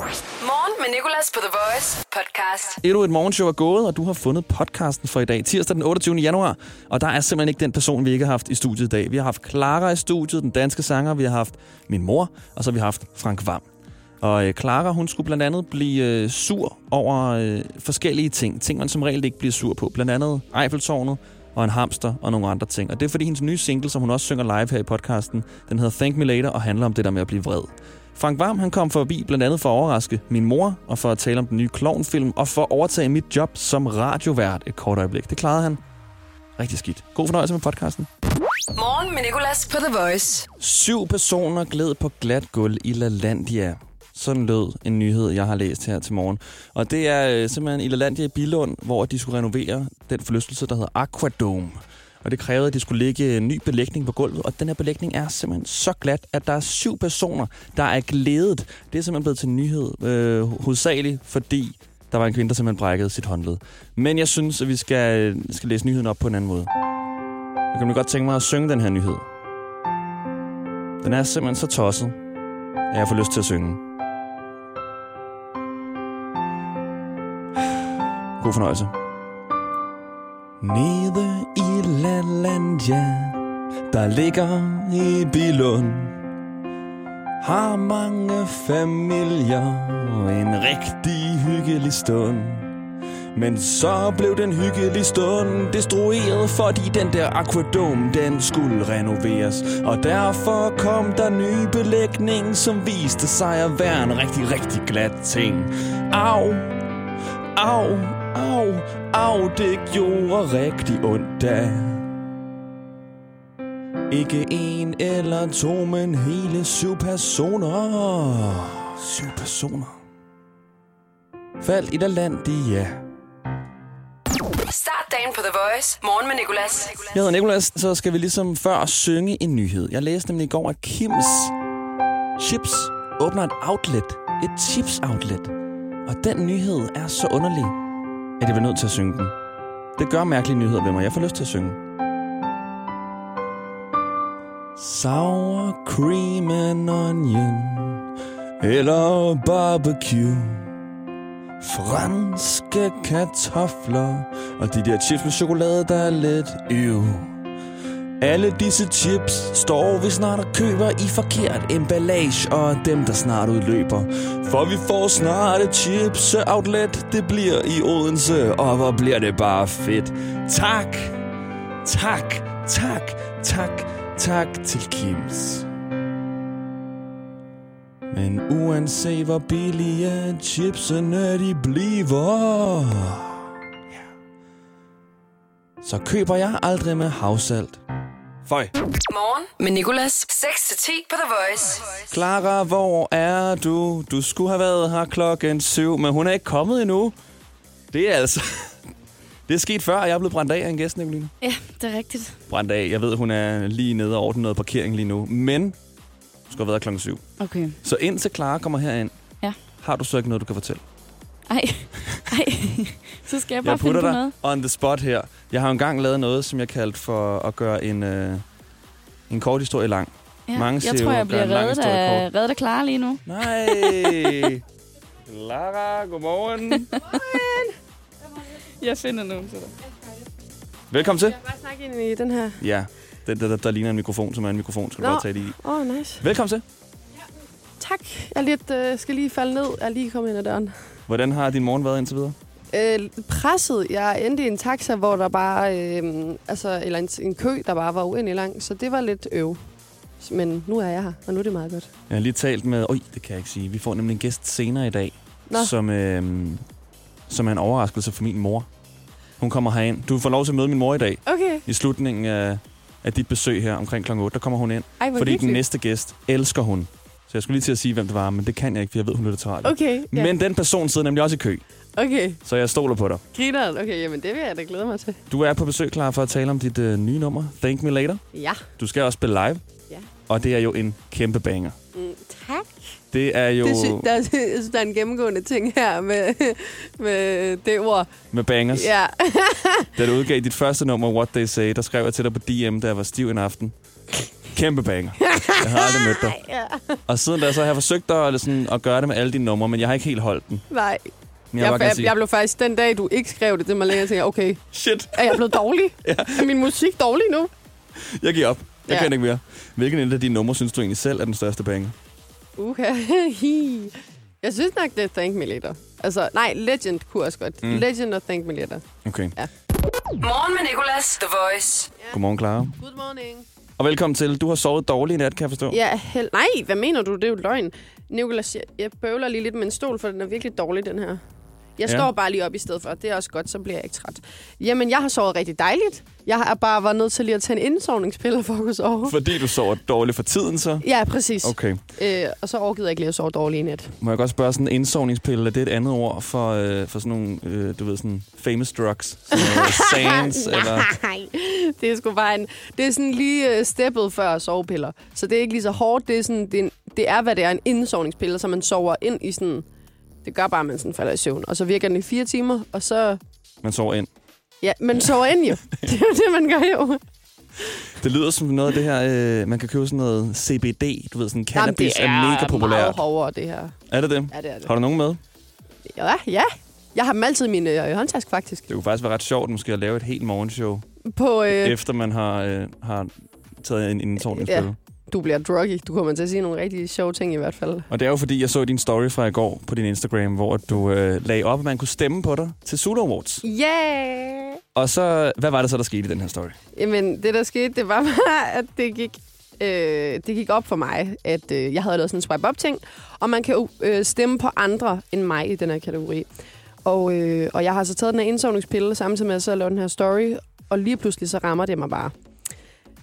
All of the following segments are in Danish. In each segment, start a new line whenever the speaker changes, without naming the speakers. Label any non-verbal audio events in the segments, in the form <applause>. Morgen med Nicolas på The Voice podcast.
Endnu et morgenshow er gået, og du har fundet podcasten for i dag, tirsdag den 28. januar. Og der er simpelthen ikke den person, vi ikke har haft i studiet i dag. Vi har haft Clara i studiet, den danske sanger, vi har haft min mor, og så har vi haft Frank Vam. Og øh, Clara, hun skulle blandt andet blive øh, sur over øh, forskellige ting. Ting, man som regel ikke bliver sur på. Blandt andet Eiffeltårnet og en hamster og nogle andre ting. Og det er fordi hendes nye single, som hun også synger live her i podcasten, den hedder Thank Me Later og handler om det der med at blive vred. Frank Varm han kom forbi blandt andet for at overraske min mor, og for at tale om den nye klovnfilm, og for at overtage mit job som radiovært et kort øjeblik. Det klarede han rigtig skidt. God fornøjelse med podcasten.
Morgen med Nicolas på The Voice.
Syv personer gled på glat gulv i LaLandia. Sådan lød en nyhed, jeg har læst her til morgen. Og det er øh, simpelthen i LaLandia i Bilund, hvor de skulle renovere den forlystelse, der hedder Aquadome. Og det krævede, at de skulle lægge en ny belægning på gulvet. Og den her belægning er simpelthen så glat, at der er syv personer, der er glædet. Det er simpelthen blevet til en nyhed, øh, hovedsageligt fordi der var en kvinde, der simpelthen brækkede sit håndled. Men jeg synes, at vi skal, øh, skal læse nyheden op på en anden måde. Jeg kunne godt tænke mig at synge den her nyhed. Den er simpelthen så tosset, at jeg får lyst til at synge. God fornøjelse. Nede i LaLandia, der ligger i Bilund, har mange familier en rigtig hyggelig stund. Men så blev den hyggelige stund destrueret, fordi den der akvadom, den skulle renoveres. Og derfor kom der ny belægning, som viste sig at være en rigtig, rigtig glat ting. Au, au, au, au, det gjorde rigtig ondt da. Ikke en eller to, men hele syv personer. Syv personer. Faldt i der land, de ja.
Start dagen på The Voice. Morgen med Nicolas.
Jeg hedder Nicolas, så skal vi ligesom før synge en nyhed. Jeg læste nemlig i går, at Kims Chips åbner et outlet. Et chips-outlet. Og den nyhed er så underlig, at jeg bliver nødt til at synge den. Det gør mærkelige nyheder ved mig. Jeg får lyst til at synge. Sour cream and onion Eller barbecue Franske kartofler og de der chips med chokolade, der er lidt øv. Alle disse chips står vi snart og køber i forkert emballage og dem, der snart udløber. For vi får snart et chips-outlet, det bliver i Odense, og hvor bliver det bare fedt. Tak, tak, tak, tak, tak til Kims. Men uanset hvor billige chipsene de bliver, ja, så køber jeg aldrig med havsalt. Føj.
Morgen med Nicolas. 6 til 10 på The Voice.
Clara, hvor er du? Du skulle have været her klokken syv, men hun er ikke kommet endnu. Det er altså... <laughs> Det er sket før, at jeg er blevet brændt af af en gæst, Nicoline.
Ja, det er rigtigt.
Brændt af. Jeg ved, hun er lige nede og ordner noget parkering lige nu. Men hun skulle have været her klokken syv.
Okay.
Så indtil Clara kommer herind,
Ja.
har du så ikke noget, du kan fortælle?
Ej, ej. Så skal jeg bare
Jeg
finde
putter
på
dig
noget.
on the spot her. Jeg har jo engang lavet noget, som jeg kaldte for at gøre en, øh, en kort historie lang.
Ja.
Mange siger
jeg tror, jeg
jo, der er
bliver
en lang
reddet
historie
af, reddet af Clara lige nu.
Nej! <laughs> Clara, <laughs> godmorgen.
Jeg finder nogen til dig.
Velkommen til.
Jeg kan bare snakke ind i den her.
Ja, den der, der, der ligner en mikrofon, som er en mikrofon, skal du
Nå.
bare tage det i.
Åh, oh, nice.
Velkommen til.
Tak. Jeg er lidt, øh, skal lige falde ned. Jeg er lige kommet ind ad døren.
Hvordan har din morgen været indtil videre?
Øh, presset. Jeg endte i en taxa, hvor der bare... Øh, altså, eller en, en kø, der bare var uendelig lang. Så det var lidt øv. Men nu er jeg her, og nu er det meget godt.
Jeg har lige talt med... Øj, det kan jeg ikke sige. Vi får nemlig en gæst senere i dag,
Nå.
som, øh, som er en overraskelse for min mor. Hun kommer herind. Du får lov til at møde min mor i dag.
Okay.
i slutningen af, af dit besøg her omkring kl. 8, der kommer hun ind.
Ej, hvor
fordi den
hyggeligt.
næste gæst elsker hun. Så jeg skulle lige til at sige, hvem det var, men det kan jeg ikke, for jeg ved, hun lytter til radio.
Okay, ja.
Men den person sidder nemlig også i kø,
Okay,
så jeg stoler på dig.
grineren. Okay, jamen det vil jeg da glæde mig til.
Du er på besøg, klar for at tale om dit øh, nye nummer, Thank Me Later.
Ja.
Du skal også spille live,
Ja.
og det er jo en kæmpe banger.
Mm, tak.
Det er jo
Det sy- der, jeg synes, der er en gennemgående ting her med, med det ord.
med bangers.
Ja.
Da du udgav dit første nummer, What They Say, der skrev jeg til dig på DM, da jeg var stiv en aften. Kæmpe banger. Jeg har aldrig
<laughs>
mødt dig.
Ja.
Og siden da, så har jeg forsøgt at, sådan, at gøre det med alle dine numre, men jeg har ikke helt holdt den.
Nej,
Men
jeg,
jeg, vil
jeg,
bare gerne
jeg,
sige,
jeg, blev faktisk den dag, du ikke skrev det til mig længere, jeg tænkte, okay,
shit,
er jeg blevet dårlig?
<laughs>
ja. Er min musik dårlig nu?
jeg giver op. Jeg
Ja.
kan ikke mere. Hvilken et af dine numre synes du egentlig selv er den største banger?
Uha, hi. Jeg synes nok, det er Thank Me Later. Altså, nej, Legend kunne også godt.
Mm.
Mm. Legend og Thank Me Later.
Okay.
Morgen med Nicolas, The Voice.
Godmorgen, Clara.
Good morning.
Og velkommen til. Du har sovet dårligt i nat, kan jeg forstå.
Ja, hel... Nej, hvad mener du? Det er jo løgn. Nicolas, jeg, jeg bøvler lige lidt med en stol, for den er virkelig dårlig, den her. Jeg
Ja.
ja. står bare lige op i stedet for. Det er også godt, så bliver jeg ikke træt. Jamen, jeg har sovet rigtig dejligt. Jeg har bare været nødt til lige at tage en indsovningspille for at kunne sove.
Fordi du sover dårligt for tiden, så?
Ja, præcis.
Okay.
Øh, og så overgiver jeg ikke lige at sove dårligt i nat.
Må jeg godt spørge sådan en indsovningspille, er det et andet ord for, øh, for sådan nogle, øh, du ved, sådan famous drugs? Sådan
<laughs>
noget sands, eller...
Nej, det er sgu bare en... Det er sådan lige øh, steppet før sovepiller. Så det er ikke lige så hårdt. Det er, sådan, det er, en, det er hvad det er, en indsovningspille, så man sover ind i sådan... Det gør bare, at man sådan falder i søvn. Og så virker den i fire timer, og så...
Man sover ind.
Ja, man sover ind
<laughs>
jo. Det er jo det, man gør jo.
Det lyder som noget af det her, øh, man kan købe sådan noget CBD, du ved, sådan cannabis
det
er mega
meget
populært.
hårdere, det her.
Er det det?
Ja, det er det.
Har du nogen med?
Ja, ja. Jeg har dem altid i min øh, håndtask, faktisk.
Det kunne faktisk være ret sjovt måske at lave et helt morgenshow,
På,
øh.
øh,
efter man har, øh, har taget en indsovningspille. Ja.
du bliver druggy. Du kommer til at sige nogle rigtig sjove ting i hvert fald.
Og det er jo fordi, jeg så din story fra i går på din Instagram, hvor du øh, lagde op, at man kunne stemme på dig til Sula Awards.
Yeah!
Og så, hvad var det så, der skete i den her story?
Jamen, det der skete, det var <laughs> bare, at det gik, øh, det gik op for mig, at øh, jeg havde lavet sådan en swipe-up-ting, og man kan jo øh, stemme på andre end mig i den her kategori. Og, øh, og jeg har så taget den her indsovningspille, samtidig med at jeg så lavet den her story, og lige pludselig så rammer det mig bare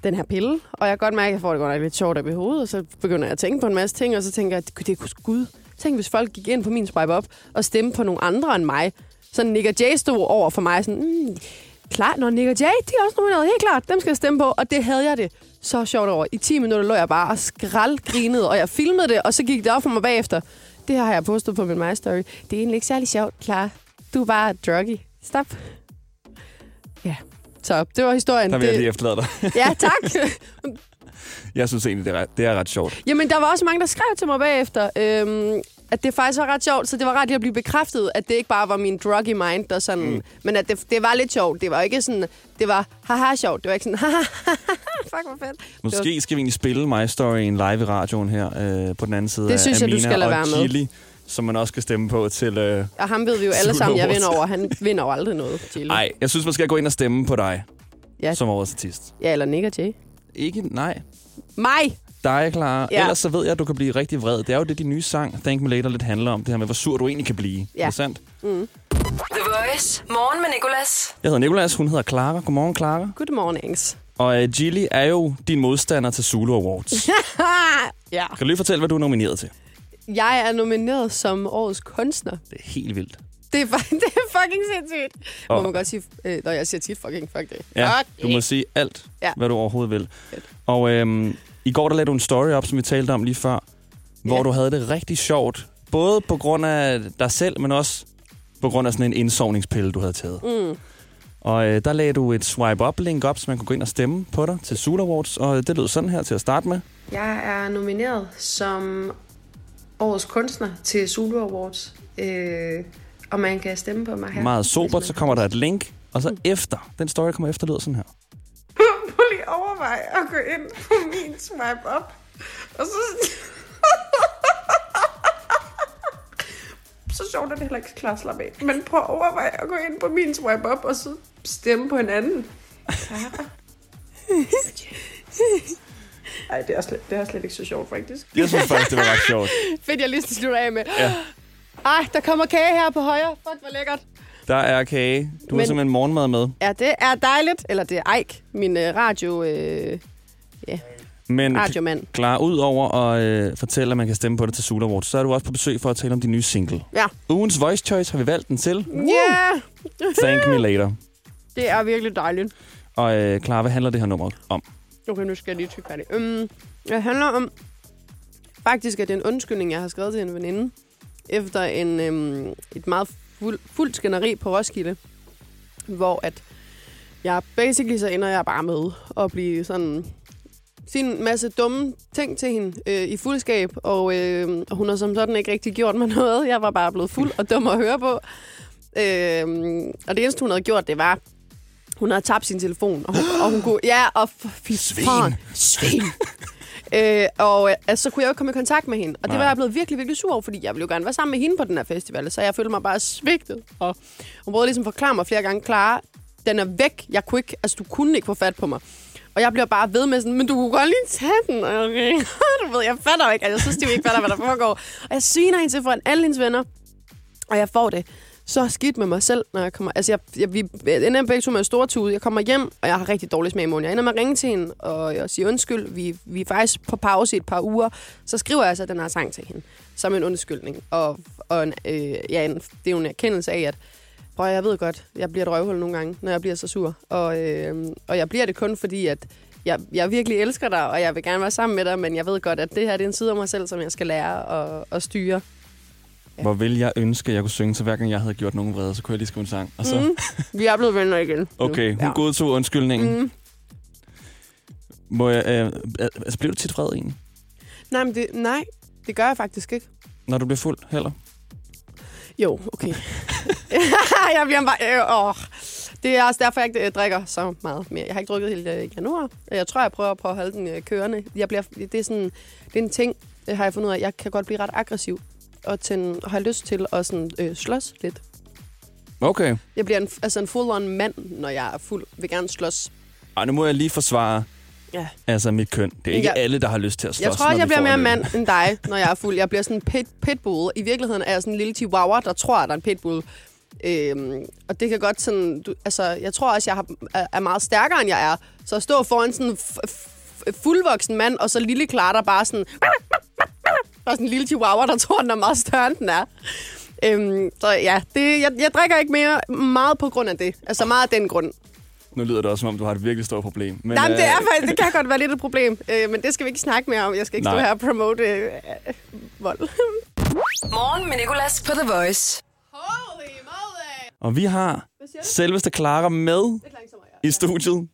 den her pille, og jeg kan godt mærke, at jeg får det godt nok lidt sjovt op i hovedet, og så begynder jeg at tænke på en masse ting, og så tænker jeg, at det kunne skud. Tænk, hvis folk gik ind på min swipe op og stemte på nogle andre end mig. Sådan Nick og Jay stod over for mig, sådan, mm, klart, når Nick og Jay, de er også nomineret, helt klart, dem skal jeg stemme på, og det havde jeg det så sjovt over. I 10 minutter lå jeg bare og skraldgrinede, og jeg filmede det, og så gik det op for mig bagefter. Det her har jeg postet på min My Story. Det er egentlig ikke særlig sjovt, klar. Du er bare druggy. Stop. Ja. Så det var historien.
Der vil jeg
Det-
lige efterlade dig. <laughs>
Ja, tak.
Jeg synes egentlig, det er ret, det er ret sjovt.
Jamen, der var også mange, der skrev til mig bagefter, øhm, at det faktisk var ret sjovt, så det var ret lige at blive bekræftet, at det ikke bare var min druggy mind, der sådan... Mm. Men at det, det var lidt sjovt. Det var ikke sådan... Det var haha sjovt. Det var ikke sådan... Haha, fuck, hvor fedt.
Måske skal vi egentlig spille My Story en live i radioen her øh, på den anden side
Det
af-
synes
af
jeg, du
Mina
skal lade
og
være med.
Chili, som man også kan stemme på til... Øh...
Og ham ved vi jo alle
Super
sammen, jeg
hårdt.
vinder over. Han vinder jo aldrig noget, Chili.
Ej, jeg synes, man skal gå ind og stemme på dig
Ja.
som årets artist.
Ja, eller Nick og Jay.
Ikke, nej.
Mig!
Dig, Clara. Ja.
Ja.
Ellers så ved jeg, at du kan blive rigtig vred. Det er jo det, din nye sang, Thank Me Later, lidt handler om. Det her med, hvor sur du egentlig kan blive.
Ja.
Er det sandt?
The Voice. Morgen med Nicolas.
Jeg hedder Nikolas, hun hedder Clara. Godmorgen, Clara.
Good mornings.
Og uh, Gilly er jo din modstander til Zulu Awards.
ja.
kan du lige fortælle, hvad du er nomineret til?
Jeg er nomineret som årets kunstner.
Det er helt vildt.
Det er, fu- <laughs> det er fucking sindssygt. Må
Og-
man godt sige... Øh, når jeg siger tit fucking, fuck det.
Ja,
Fuck
du må sige alt, ja.
Ja.
hvad du overhovedet vil.
Fedt.
Og øhm, i går der lagde du en story op, som vi talte om lige før, hvor
Ja.
du havde det rigtig sjovt. Både på grund af dig selv, men også på grund af sådan en indsovningspille, du havde taget.
Mm.
Og øh, der lagde du et swipe-up-link op, så man kunne gå ind og stemme på dig til Sula Awards. Og det lød sådan her til at starte med.
Jeg er nomineret som årets kunstner til Zulu Awards, øh, og man kan stemme på mig her.
Meget sobert, så kommer der et link. Og
Mm.
så efter, den story der kommer efter, lyder sådan her.
<laughs> Prøv lige at overveje at gå ind på min swipe op, og så... <laughs> så sjovt er det heller ikke klar at slappe af. Men prøv at overveje at gå ind på min swipe op, og så stemme på hinanden. Clara. Ej, det er, slet, det er slet ikke så sjovt, faktisk.
Jeg synes faktisk, det var ret sjovt.
Fedt, jeg lige skal slutte af med.
Ja.
Ej, der kommer kage her på højre. Fuck, hvor lækkert.
Der er kage. Du men... har
Men-
simpelthen morgenmad med.
Ja, det er dejligt. Eller det er Eik, min øh, radio, øh,
Men
radiomand.
Klar, ud over at øh, fortælle, at man kan stemme på det til Sula Awards, så er du også på besøg for at tale om din nye single.
Ja.
Ugens Voice Choice har vi valgt den til.
Ja,
Thank Me Later.
det er virkelig dejligt.
Og øh, Clara, hvad handler det her nummer om?
Okay, nu skal jeg lige tykke færdig. Um, det handler om... Faktisk at det er en undskyldning, jeg har skrevet til en veninde. Efter en, øhm, et meget fuld, fuldt skænderi på Roskilde. Hvor at jeg basically så ender jeg bare med at blive sådan sige en masse dumme ting til hende øh, i fuldskab, og, øh, og hun har som sådan ikke rigtig gjort mig <laughs> noget. Jeg var bare blevet fuld og dum at høre på. Øh, og det eneste, hun havde gjort, det var, hun havde tabt sin telefon. Og hun, og hun kunne, ja, og f-
Svin.
Svin. <laughs> Øh, og øh, altså, så kunne jeg jo ikke komme i kontakt med hende. Og det
Nej.
var jeg blevet virkelig, virkelig sur over, fordi jeg ville jo gerne være sammen med hende på den her festival. Så jeg følte mig bare svigtet. Og hun prøvede ligesom at forklare mig flere gange, Clara, den er væk. Jeg kunne ikke, altså, du kunne ikke få fat på mig. Og jeg bliver bare ved med sådan, men du kunne godt lige tage den. Og Okay. <laughs> du ved, jeg fatter jo ikke. Altså, jeg synes, de ikke fatter, hvad der foregår. Og jeg sviner hende til foran alle hendes venner. Og jeg får det så skidt med mig selv, når jeg kommer... Altså, jeg, jeg, vi jeg ender begge to med store tude. Jeg kommer hjem, og jeg har rigtig dårlig smag i munden. Jeg ender med at ringe til hende og, og sige undskyld. Vi, vi er faktisk på pause i et par uger. Så skriver jeg så den her sang til hende, som en undskyldning. Og, og en, øh, ja, en, det er jo en erkendelse af, at Prøv, at- jeg ved godt, jeg bliver et røvhul nogle gange, når jeg bliver så sur. Og, øh, og jeg bliver det kun fordi, at jeg, jeg virkelig elsker dig, og jeg vil gerne være sammen med dig, men jeg ved godt, at det her det er en side af mig selv, som jeg skal lære at, at styre.
Hvor vil jeg ønske, at jeg kunne synge, så hver gang jeg havde gjort nogen vrede, så kunne jeg lige skrive en sang. Og så, mm.
Vi er blevet venner igen. nu.
okay, hun ja. godtog undskyldningen. Mm.
Mm.
Må jeg, øh, øh, altså, blev du tit vred egentlig?
Nej, men det, nej, det gør jeg faktisk ikke.
Når du bliver fuld heller?
Jo,
<laughs>
okay. <laughs> jeg bliver bare... Øh, åh. Det er også derfor, jeg ikke øh, drikker så meget mere. Jeg har ikke drukket hele øh, januar. Jeg tror, jeg prøver på at holde den øh, kørende. Jeg bliver, det, er sådan, det er en ting, øh, har jeg fundet ud af. Jeg kan godt blive ret aggressiv og, tænde, og har lyst til at sådan, øh, slås lidt.
Okay.
Jeg bliver en, altså en full-on mand, når jeg er fuld. vil gerne slås.
Ej, nu må jeg lige forsvare
Ja.
altså, mit køn. Det er ikke
Ja.
alle, der har lyst til at slås.
Jeg tror
når
også, jeg
vi
bliver
får
mere
en øl.
mand end dig, når jeg er fuld. Jeg bliver sådan en pit, pitbull. I virkeligheden er jeg sådan en lille chihuahua, der tror, at der er en pitbull. Øhm, og det kan godt sådan... Du, altså, jeg tror også, jeg har, er- er meget stærkere, end jeg er. Så at stå foran sådan en f- f- fuldvoksen mand, og så lille Clara, der bare sådan... Bare sådan en lille chihuahua, der tror, den er meget større, end den er. Øhm, så ja, det, jeg, jeg drikker ikke mere meget på grund af det. Altså meget af den grund.
Nu lyder det også, som om du har et virkelig stort problem. Men,
Jamen, det, er,
øh,
faktisk- det kan godt være lidt et problem, øh, men det skal vi ikke snakke mere om. Jeg skal ikke
Nej.
stå her og promote øh, øh, vold.
Morgen med Nicolas på The Voice.
Holy moly!
Og vi har selveste Clara med i studiet.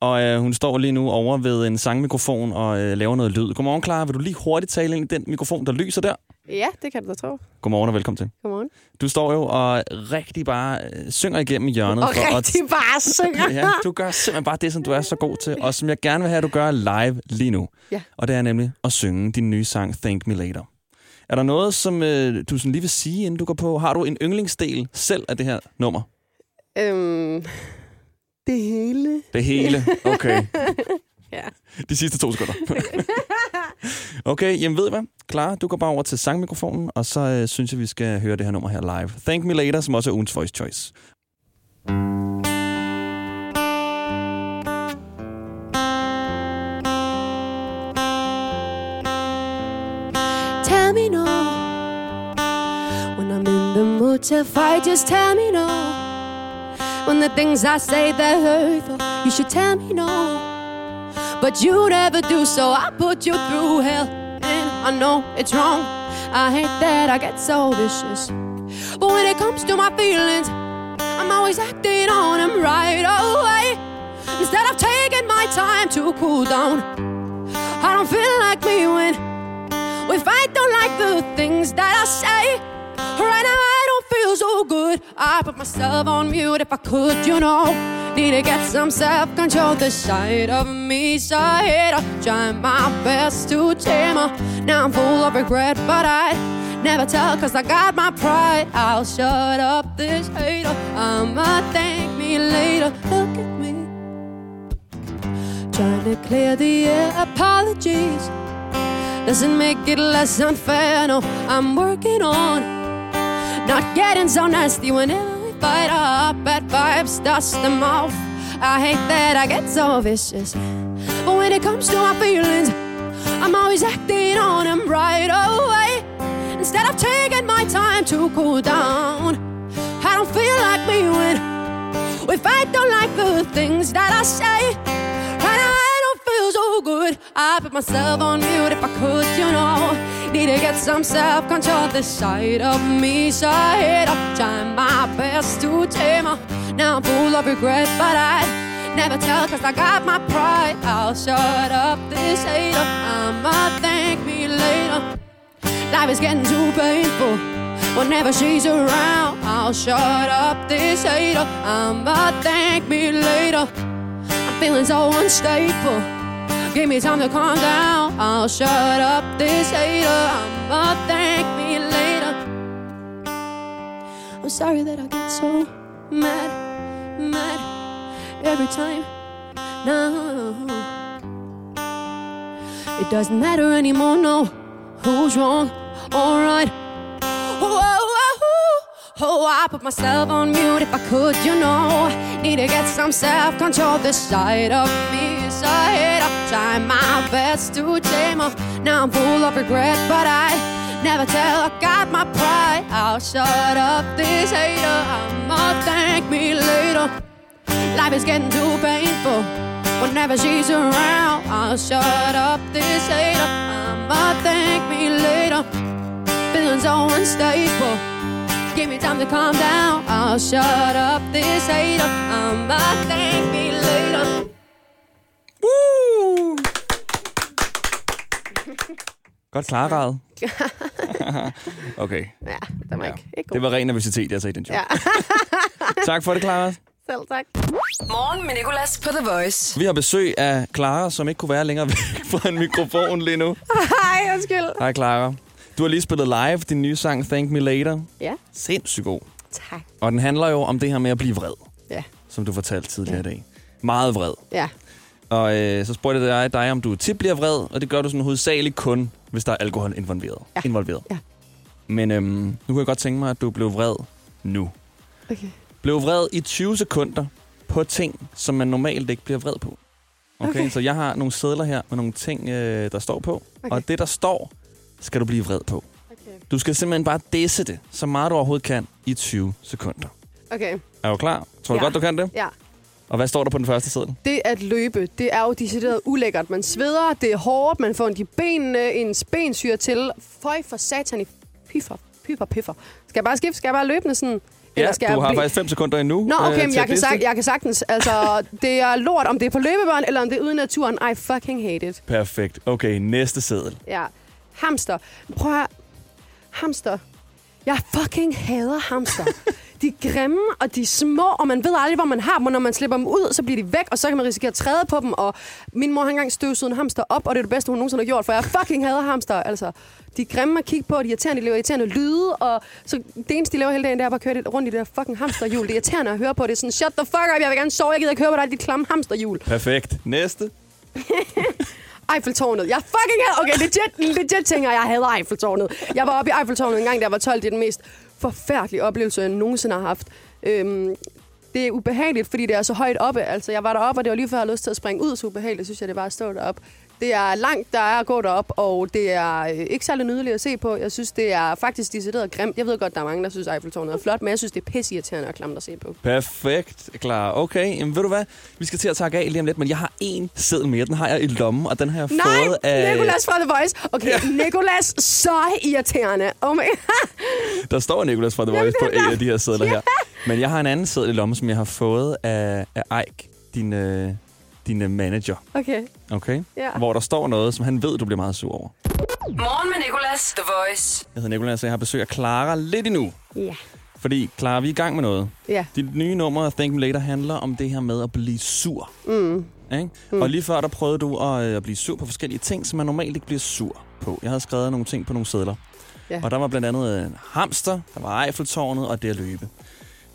Og øh, hun står lige nu over ved en sangmikrofon og øh, laver noget lyd. Godmorgen, Clara. Vil du lige hurtigt tale ind i den mikrofon, der lyser der?
Ja, det kan du da tro.
Godmorgen og velkommen til.
Godmorgen.
Du står jo og rigtig bare øh, synger igennem hjørnet.
Og
for
rigtig bare synger.
At, <laughs> ja, du gør simpelthen bare det, som du er så god til, og som jeg gerne vil have, at du gør live lige nu.
Ja.
Og det er nemlig at synge din nye sang, Thank Me Later. Er der noget, som øh, du sådan lige vil sige, inden du går på? Har du en yndlingsdel selv af det her nummer?
Øhm, det hele.
Det hele? Okay.
<laughs> Ja.
De sidste to sekunder. <laughs> okay, jamen ved I hvad? Klar, du går bare over til sangmikrofonen, og så øh, synes jeg, vi skal høre det her nummer her live. Thank Me Later, som også er ugens Voice Choice.
Tell me no. When I'm in the mood to fight, just tell me no. When the things I say they're hurtful, you should tell me no. But you never do, so I put you through hell. And I know it's wrong. I hate that I get so vicious. But when it comes to my feelings, I'm always acting on them right away. Instead of taking my time to cool down, I don't feel like me when. If I don't like the things that I say, right now I don't feel so good. I put myself on mute if I could, you know. Need to get some self control. The side of me, so I try my best to tame her. Now I'm full of regret, but I. Never tell, cause I got my pride. I'll shut up this hater. I'ma thank me later. Look at me. Trying to clear the air. Apologies doesn't make it less unfair. No, I'm working on not getting so nasty whenever we fight up at five starts them off. I hate that I get so vicious, but when it comes to my feelings, I'm always acting on them right away instead of taking my time to cool down. I don't feel like me when if I don't like the things that I say. Right now I don't feel so good. I put myself on mute if I could, you know. Need to get some self control. This side of me, so I hit up. Try my best to tame her. Now I'm full of regret, but I
Never tell, cause I got my pride. I'll shut up this hater. I'ma thank me later. Life is getting too painful. Whenever she's around, I'll shut up this hater. I'ma thank me later. I'm feeling so unstable. Give me time to calm down. I'll shut up this hater. I'ma thank me later. I'm sorry that I get so mad, mad every time. No, it doesn't matter anymore. No, who's wrong or right? Whoa, whoa, whoa. Oh, I put myself on mute if I could, you know. Need to get some self control. This side of me is a hater. Try my best to tame her. Now I'm full of regret, but I never tell. I got my pride. I'll shut up this hater. I'ma thank me later. Life is getting too painful. Whenever she's around, I'll shut up this hater. I'ma thank me later. Feeling so unstable. Give me time to calm down. I'll shut up this hater. I'ma thank me later.
Godt
<laughs>
klaret. okay.
Ja, den
Ja.
var ja. ikke, ikke god.
Det var ren nervøsitet, jeg sagde i den joke.
Ja.
<laughs> tak for det, Clara.
Selv tak.
Morgen med Nicolas på The Voice.
Vi har besøg af Clara, som ikke kunne være længere væk <laughs> fra en mikrofon lige nu.
Hej, undskyld.
Hej, Clara. Du har lige spillet live din nye sang, Thank Me Later.
Ja,
Sindssygt god.
tak.
Og den handler jo om det her med at blive vred,
Ja,
som du fortalte tidligere i dag. Meget vred.
ja.
Og øh, så spurgte jeg dig, dig, om du tit bliver vred, og det gør du sådan hovedsageligt kun, hvis der er alkohol involveret.
Ja.
involveret.
Ja.
Men øhm, nu kunne jeg godt tænke mig, at du blev vred nu.
Okay.
Blev vred i 20 sekunder på ting, som man normalt ikke bliver vred på. Okay, okay.
Okay.
så jeg har nogle sædler her med nogle ting, øh, der står på. Okay.
Okay.
Og det, der står, skal du blive vred på.
Okay.
Du skal simpelthen bare disse det, så meget du overhovedet kan, i 20 sekunder.
Okay,
Er du klar? Tror du
Ja.
godt, du kan det?
ja.
Og hvad står der på den første sædel?
Det at løbe, det er jo decideret ulækkert. Man sveder, det er hårdt, man får ondt i benene, ens ben syrer til. Føj for satan i piffer, piffer, piffer. Skal jeg bare skifte? Skal jeg bare løbende sådan?
Ja,
skal
du
jeg
har
blive-
faktisk 5 sekunder endnu.
Nå,
øh,
okay, men
til
jeg
at
kan,
disse
sag,
det.
jeg kan sagtens. Altså, det er lort, om det er på løbebånd, eller om det er ude i naturen. I fucking hate it.
Perfekt. Okay, næste sædel.
Ja. Hamster. Prøv at høre. Hamster. Jeg fucking hader hamster. De er grimme, og de er små, og man ved aldrig, hvor man har dem. Og når man slipper dem ud, så bliver de væk, og så kan man risikere at træde på dem. Og min mor har engang støvsuget en hamster op, og det er det bedste, hun nogensinde har gjort, for jeg fucking hader hamster. Altså, de er grimme at kigge på, og de er irriterende, de laver irriterende lyde, og så det eneste, de laver hele dagen, det er bare at køre lidt rundt i det der fucking hamsterhjul. Det er irriterende at høre på. Det er sådan, shut the fuck up, jeg vil gerne sove, jeg gider ikke høre på dig, dit klamme hamsterhjul.
Perfekt. Næste.
Eiffeltårnet. Jeg fucking hader... Okay, legit, legit tænker jeg, jeg hader Eiffeltårnet. Jeg var oppe i Eiffeltårnet en gang, da jeg var 12. Det er den mest forfærdelige oplevelse, jeg nogensinde har haft. Øhm, det er ubehageligt, fordi det er så højt oppe. Altså, jeg var deroppe, og det var lige før, jeg havde lyst til at springe ud. Så ubehageligt, synes jeg, det var at stå deroppe. Det er langt, der er at gå derop, og det er øh, ikke særlig nydeligt at se på. Jeg synes, det er faktisk decideret grimt. Jeg ved godt, der er mange, der synes, Eiffeltårnet er flot, men jeg synes, det er pisseirriterende og klamt at se på.
Perfekt, klar. Okay, jamen ved du hvad? Vi skal til at takke af lige om lidt, men jeg har en seddel mere. Den har jeg i lommen, og den har jeg fået
Nej,
af...
Nicolas fra The Voice. Okay,
Ja.
ja. Nicolas, så irriterende. Oh my <laughs>
Der står Nicolas fra The Voice på en af de her sædler her. Men jeg har en anden seddel i lommen, som jeg har fået af, af Ike, din, øh, din øh, manager.
Okay,
Okay?
ja.
Hvor der står noget, som han ved, du bliver meget sur over.
Morgen med Nicolas, The Voice.
Jeg hedder Nicolas, og jeg har besøg af Clara lidt endnu.
Ja.
Fordi, Clara, vi er i gang med noget.
Ja.
Dit nye nummer, Think Me Later, handler om det her med at blive sur.
Mm.
Ikke? Mm. Og lige før, der prøvede du at, øh, at blive sur på forskellige ting, som man normalt ikke bliver sur på. Jeg havde skrevet nogle ting på nogle sædler.
Ja.
Og der var blandt andet øh, en hamster, der var Eiffeltårnet og det at løbe.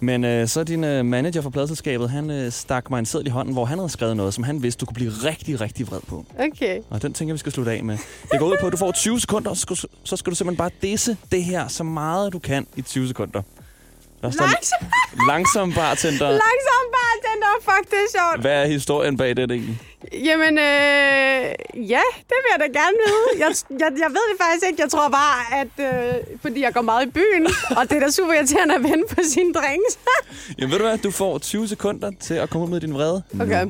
Men øh, så din øh, manager fra pladselskabet, han øh, stak mig en seddel i hånden, hvor han havde skrevet noget, som han vidste, du kunne blive rigtig, rigtig vred på.
Okay.
Og den tænker jeg, vi skal slutte af med. Det går ud på, at du får 20 sekunder, og så skal, du- så skal du simpelthen bare disse det her så meget, du kan i 20 sekunder. Der står
Langsom,
langsom bartender.
langsom bare, den der. Fuck, det er sjovt.
Hvad er historien bag det egentlig?
Jamen, øh, ja, det vil jeg da gerne vide. Jeg, jeg, jeg ved det faktisk ikke. Jeg tror bare, at... Øh, fordi jeg går meget i byen, og det er da super irriterende at vende på sine drinks.
Jamen ved du hvad, du får 20 sekunder til at komme ud med din vrede.
Okay.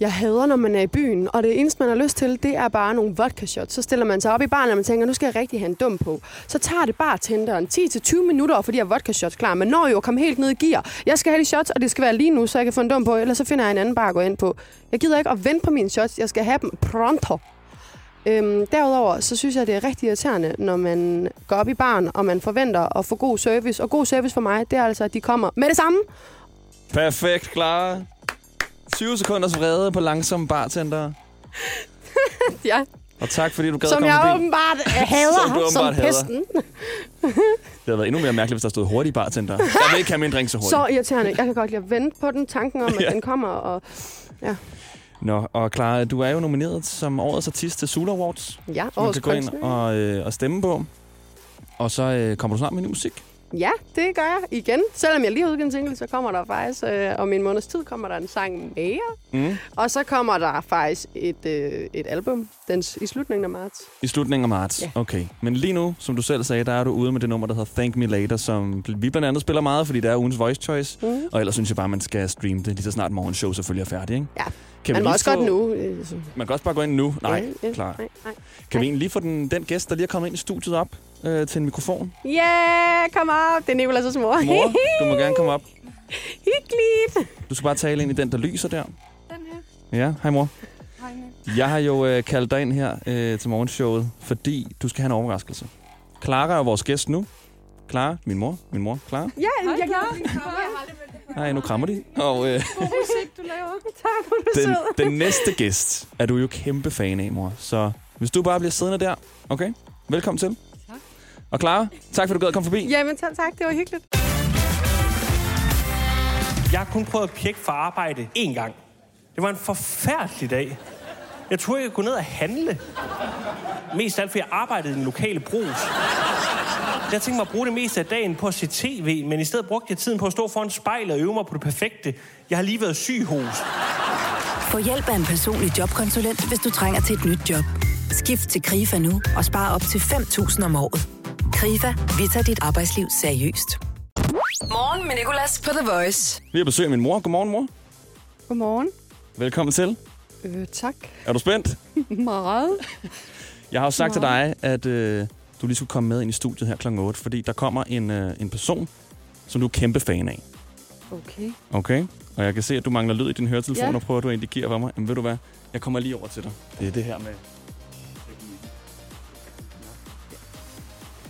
jeg hader, når man er i byen, og det eneste, man har lyst til, det er bare nogle vodka shots. Så stiller man sig op i baren, og man tænker, nu skal jeg rigtig have en dum på. Så tager det bartenderen 10-20 minutter, fordi jeg vodka shots klar. Men når jo at komme helt ned i gear. Jeg skal have de shots, og det skal være lige nu, så jeg kan få en dum på, ellers så finder jeg en anden bar at gå ind på. Jeg gider ikke at vente på mine shots. Jeg skal have dem pronto. Øhm, derudover, så synes jeg, det er rigtig irriterende, når man går op i baren, og man forventer at få god service. Og god service for mig, det er altså, at de kommer med det samme.
Perfekt, Clara. 20 sekunders vrede på langsomme bartender.
Ja,
Og tak, fordi du gad
som
at
jeg
komme forbi. <laughs>
åbenbart øh, hader
Som
som,
du
som
åbenbart hader.
pesten.
Det havde været endnu mere mærkeligt, hvis der stod hurtige bartender.
<laughs>
Jeg vil ikke have min drink så hurtigt.
Så irriterende. Jeg kan godt lide at vente på den tanken om, at
Ja.
den kommer. Og
Nå, og Clara, du er jo nomineret som årets artist til Sula Awards. Som
ja,
man
årets
kan gå ind
kunstner.
og, øh, og stemme på. Og så øh, kommer du snart med ny musik.
Ja, det gør jeg igen. Selvom jeg lige har udgivet en single, så kommer der faktisk øh, om en måneds tid kommer der en sang mere.
Mm.
Og så kommer der faktisk et, øh, et album den, s- i slutningen af marts.
I slutningen af marts.
Ja.
Okay. Men lige nu, som du selv sagde, der er du ude med det nummer, der hedder Thank Me Later, som vi blandt andet spiller meget, fordi det er ugens voice choice.
Mm.
Og ellers synes jeg bare, man skal streame det lige så snart morgenshow selvfølgelig er færdig, ikke?
Ja.
Kan
Man
vi
må
lige
også
få-
godt nu. øh, så-
Man kan også bare gå ind nu. Nej,
ja,
klar.
Nej, nej.
Kan vi egentlig lige få den, den gæst, der lige er kommet ind i studiet op øh, til en mikrofon?
Ja, kom op. Det er Nicolas' mor. <laughs>
Mor, du må gerne komme op.
Hyggeligt.
Du skal bare tale ind i den, der lyser der. Den her. Ja, hej mor. Hej. Jeg har jo øh, kaldt dig ind her øh, til morgenshowet, fordi du skal have en overraskelse. Clara er vores gæst nu. Clara, min mor, min mor, Clara.
Ja, Hej, jeg
Nej, nu krammer de. Og <laughs> øh,
Tak, hvor er du
den,
sød.
den næste gæst er du jo kæmpe fan af, mor. Så hvis du bare bliver siddende der, okay? Velkommen til. Tak. Og Clara, tak for at du gad at komme forbi.
Jamen, tak, tak. Det var hyggeligt.
Jeg har kun prøvet at pjekke for arbejde én gang. Det var en forfærdelig dag. Jeg troede, jeg kunne gå ned og handle. Mest af alt, fordi jeg arbejdede i den lokale brus. Jeg tænkte mig at bruge det meste af dagen på at se tv, men i stedet brugte jeg tiden på at stå foran spejlet og øve mig på det perfekte. Jeg har lige været syg hos.
Få hjælp af en personlig jobkonsulent, hvis du trænger til et nyt job. Skift til KRIFA nu og spar op til 5.000 om året. KRIFA, vi tager dit arbejdsliv seriøst.
Morgen med Nicolas på The Voice.
Vi har besøg af min mor. Godmorgen, mor.
Godmorgen.
Velkommen til.
Øh, tak.
Er du spændt?
Meget.
Jeg har jo sagt til dig, at øh, du lige skulle komme med ind i studiet her kl. 8, fordi der kommer en, øh, en person, som du er kæmpe fan af.
Okay.
Okay? Og jeg kan se, at du mangler lyd i din høretelefon, ja.
Ja.
og prøver du at indikere for mig. Jamen ved du hvad, jeg kommer lige over til dig. Det er det her med...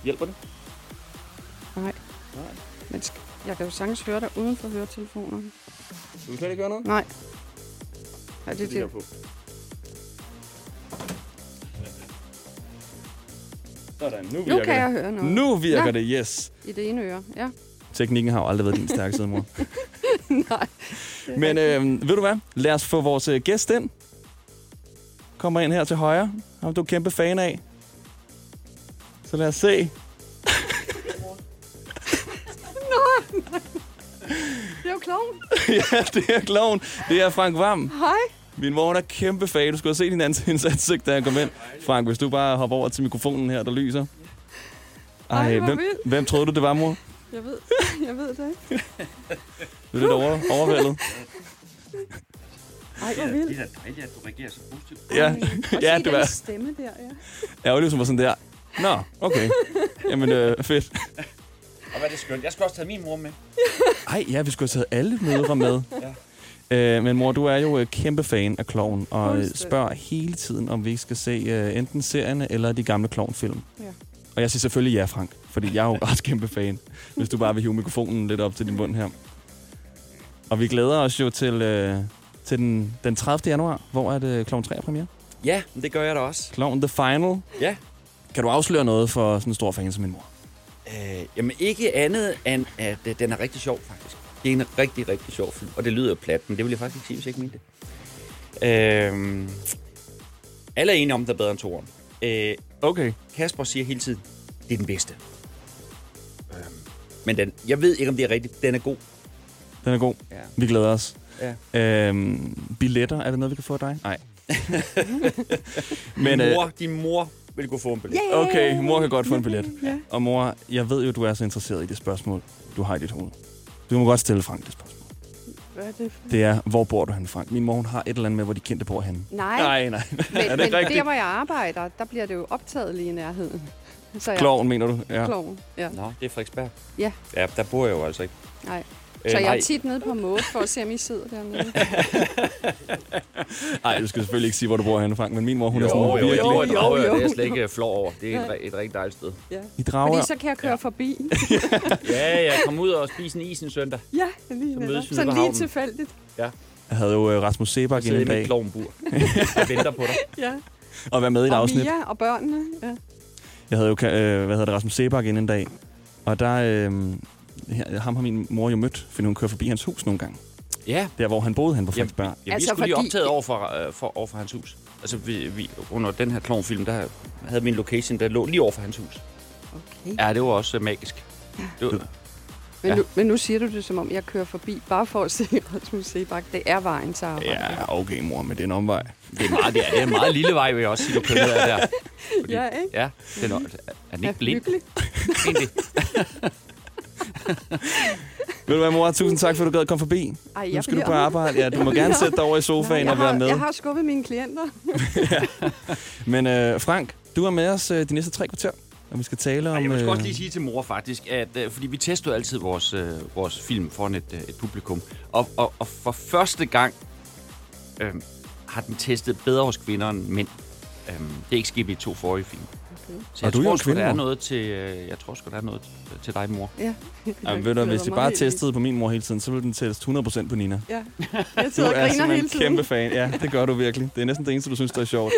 Hjælper det?
Men sk- jeg kan jo sagtens høre dig uden for høretelefoner.
Vil du slet ikke gøre noget?
Nej. Ja, det, det,
på. Sådan, nu virker
nu kan jeg
det.
høre noget
Nu virker
Nå.
det, yes.
i det ene øre. Ja.
Teknikken har jo aldrig
<laughs>
været din stærke side, mor. Men øh, ved du hvad? Lad os få vores øh, gæst ind. Kommer ind her til højre. Ham du er kæmpe fan af. Så lad os se. <laughs>
Det er jo kloven.
ja, det er kloven. Det er Frank Vam.
Hej.
Min mor hun er kæmpe fan. Du skulle have set din ans- <laughs> ansigt, da han kom ind. Frank, hvis du bare hopper over til mikrofonen her, der lyser.
Ej,
Ej,
hvor
hvem,
vildt.
hvem troede du, det var, mor?
Jeg ved, <laughs> jeg ved det.
<laughs> Du er lidt over, overvældet.
Ej, hvor vildt.
Ja, ja
Se
det
den
var
stemme der, ja.
ærgerligt, som var sådan der. Nå, okay. Jamen, øh, fedt.
Og hvad er det skønt. Jeg skal også tage min mor med.
Ej, ja, vi skulle have taget alle mødre med. ja. øh, men mor, du er jo øh, kæmpe fan af kloven, og øh, spørger hele tiden, om vi ikke skal se øh, enten serierne eller de gamle klovnfilm. Ja. Og jeg siger selvfølgelig ja, Frank, fordi jeg er jo også kæmpe fan, hvis du bare vil hive mikrofonen lidt op til din mund her. Og vi glæder os jo til, øh, til den, den 30. januar, hvor er det Kloven 3 er premiere.
Ja, men det gør jeg da også.
Kloven The Final.
Ja.
Kan du afsløre noget for sådan en stor fan som min mor?
Øh, jamen ikke andet end, at øh, den er rigtig sjov, faktisk. Det er en rigtig, rigtig sjov film. Og det lyder plat, men det vil jeg faktisk ikke sige, hvis jeg ikke mente det. Øh, alle er enige om, at den er bedre end toeren. Øh,
Okay.
Kasper siger hele tiden, det er den bedste. Øh, men den, jeg ved ikke, om det er rigtigt. Den er god.
Den er god.
Ja.
Vi glæder os.
Ja.
Øhm, billetter, er det noget, vi kan få af dig? Nej. <laughs> Men,
din,
øh,
mor, din mor vil kunne få en billet.
okay, mor kan godt få en billet. Og mor, jeg ved jo, du er så interesseret i det spørgsmål, du har i dit hoved. Du må godt stille Frank det spørgsmål.
Hvad er det? for-
Det er, hvor bor du henne, Frank? Min mor hun har et eller andet med, hvor de kendte bor henne.
Nej, Nej
Nej, nej.
men,
er det
men
ikke rigtigt?
der, hvor jeg arbejder, der bliver det jo optaget lige i nærheden. Så jeg
Kloven, mener du? Ja.
Kloven, ja.
Nå, det er Frederiksberg.
Ja.
Ja, der bor jeg jo altså ikke.
Nej.
Øh,
Så jeg
nej.
er tit nede på måde for at se, om I sidder dernede.
Nej, du skal selvfølgelig ikke sige, hvor du bor henne, Frank, men min mor, hun er sådan
jo, jo, jeg
virkelig...
bor i
jo,
Dragør,
jo.
det er jeg slet ikke øh, flov over. Det er et, et rigtig dejligt sted.
Ja.
I
Fordi
drager.
så kan jeg køre forbi.
Ja, ja, kom ud og spis en is en søndag.
Ja, lige
Så mødes vi ude
Sådan
på
lige
havnen.
tilfældigt.
Jeg havde jo øh, Rasmus
Jeg
Sebak inde
sidder
i
i mit
dag,
<laughs> klovnbur. Jeg venter på dig.
Ja.
og være med i et
Og
afsnit.
Mia og børnene. Ja.
Jeg havde jo, ka- øh, hvad hedder det, Rasmus Sebak inde en dag, og der, øh, her- ham har min mor jo mødt, fordi hun kører forbi hans hus nogle gange.
Ja,
Der, hvor han boede han på
Jamen,
Frederiksberg.
Jamen, altså,
Altså,
vi skulle lige
fordi-
optaget over for, øh, for, over for hans hus. Altså, vi, vi, under den her klovnfilm, der havde vi en location, der lå lige over for hans hus.
Okay.
Ja, det var også øh, magisk. Det var,
Men,
Ja.
Nu, men nu siger du det, som om jeg kører forbi, bare for at se <laughs> Rasmus Sebak. Det er vejen til arbejde.
Ja, okay, mor, men det er en omvej.
det, er meget, det, er, det er en meget lille vej, vil jeg også sige, du kører ned <laughs> ad der. Fordi,
Ja, ikke?
Ja, den er, er den ikke blind?
Hyggeligt.
Egentlig.
Ved du hvad, mor? Tusind tak, for at du gad at komme forbi.
Ej,
Nu
jeg
skal du
bliver
på
med.
arbejde. Ja, du må gerne sætte dig over i sofaen og
jeg,
være
har,
med.
jeg har skubbet mine klienter.
Men øh, Frank, du er med os øh, de næste tre kvarter, og vi skal tale om...
Ej, jeg vil sgu også lige
Øh,
sige til mor faktisk, at øh, fordi vi tester jo altid vores, øh, vores film foran et, øh, et publikum. Og, og, og for første gang øh, har den testet bedre hos kvinder end mænd. Øh, det er ikke sket i de to forrige film. Okay.
Og
Så jeg
du er jo
tror, sgu,
kvinde,
der er
mor.
noget til, øh, jeg tror sgu, der er noget t- til dig, mor.
Ja.
ja, ved du, hvis de
glæder
bare
mig helt
testede på min mor hele tiden, så ville den teste 100% på Nina.
vildt. Ja. Jeg
Du
sidder og
er
griner
simpelthen
hele
en
tiden.
kæmpe fan. Ja, det gør du virkelig. Det er næsten det eneste, du synes, der er
<laughs>
sjovt.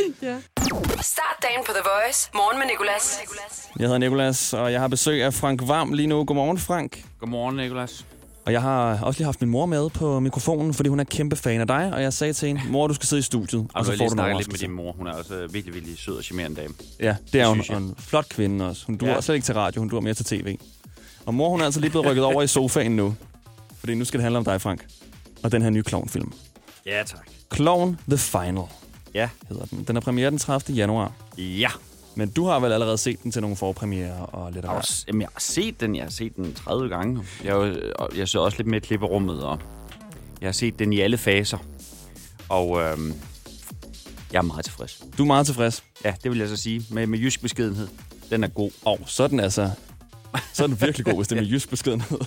Start dagen på The Voice. Morgen med Nicolas.
Jeg hedder Nikolas, og jeg har besøg af Frank Varm lige nu. Godmorgen, Frank.
Godmorgen, Nicolas.
Og jeg har også lige haft min mor med på mikrofonen, fordi hun er kæmpe fan af dig, og jeg sagde til hende, mor, du skal sidde i studiet,
Og
og
nu har
så
jeg
får
lige
du noget altså.
snakket lidt med
overraskelse.
din mor. Hun er også øh, virkelig, virkelig sød og charmerende dame.
Ja, det er hun,
synes jeg.
og en flot kvinde også. Hun duer
Ja.
ja. slet ikke til radio, hun duer mere til tv. Og mor, hun er altså lige blevet rykket over i sofaen nu, fordi nu skal det handle om dig, Frank, og den her nye klovnfilm.
Ja, tak.
Clown The Final
Ja.
hedder den. Den er premiere den 30. januar.
Ja.
Men du har vel allerede set den til nogle forpremiere og lidt af
Jeg har,
hvert.
også, jamen, jeg har set den, jeg har set den 30 gange nu. Jeg, er jo- og jeg så også lidt med i klipperummet, og jeg har set den i alle faser. Og øhm, jeg er meget tilfreds.
Du er meget tilfreds.
Ja, det vil jeg så sige, med, med jysk beskedenhed. Den er god.
Og så er den altså... Så er den virkelig god, hvis det er <laughs> med jysk beskedenhed.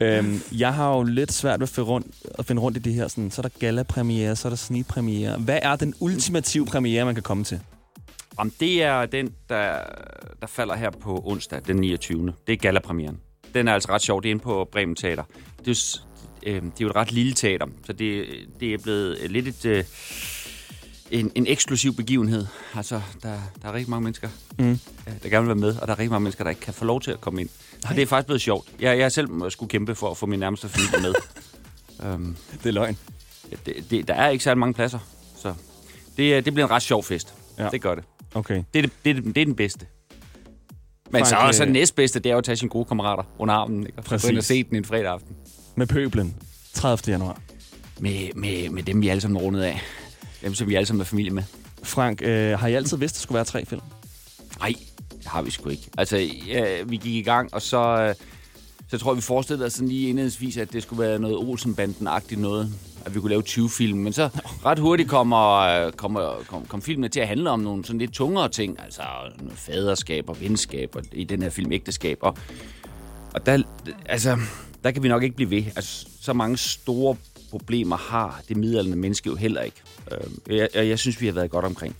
øhm, jeg har jo lidt svært ved at finde rundt, at finde rundt i det her. Sådan, så er der gala-premiere, så er der snigpremiere. Hvad er den ultimative premiere, man kan komme til?
Om det er den, der, der falder her på onsdag, den 29. Det er gallapremieren. Den er altså ret sjov. Det er inde på Bremen Teater. Det er, jo s- øh, det er jo et ret lille teater, så det, det er blevet lidt et, øh, en, en eksklusiv begivenhed. Altså, der, der er rigtig mange mennesker, mm. der gerne vil være med, og der er rigtig mange mennesker, der ikke kan få lov til at komme ind. Så det er faktisk blevet sjovt. Jeg, jeg selv skulle kæmpe for at få min nærmeste familie <laughs> med. øhm,
Det er løgn.
det, det, der er ikke særlig mange pladser, så det, er- det bliver en ret sjov fest.
Ja.
Ja. Det gør det.
Okay.
Det er, det, det, det er den bedste. Men
Frank,
så er også
øh,
den næstbedste, det er jo at tage sine gode kammerater under armen. Ikke? Og
Præcis.
Gå ind og se den en fredag aften.
Med pøblen. 30. januar.
Med, med, med dem, vi alle sammen er rundet af. Dem, som vi alle sammen er familie med.
Frank, øh, har I altid vidst, at der skulle være tre film?
Nej, det har vi sgu ikke. Altså, ja, vi gik i gang, og så, øh, så tror jeg, vi forestillede os sådan lige indledningsvis, at det skulle være noget Olsenbanden-agtigt noget. At vi kunne lave 20 film. Men så ret hurtigt kommer, øh, kommer, kom, kom filmene til at handle om nogle sådan lidt tungere ting. Altså noget faderskab og venskab, og i den her film ægteskab. Og, og der, altså, der kan vi nok ikke blive ved. Altså, så mange store problemer har det midalderne menneske jo heller ikke. Øh, jeg, jeg, jeg synes, vi har været godt omkring.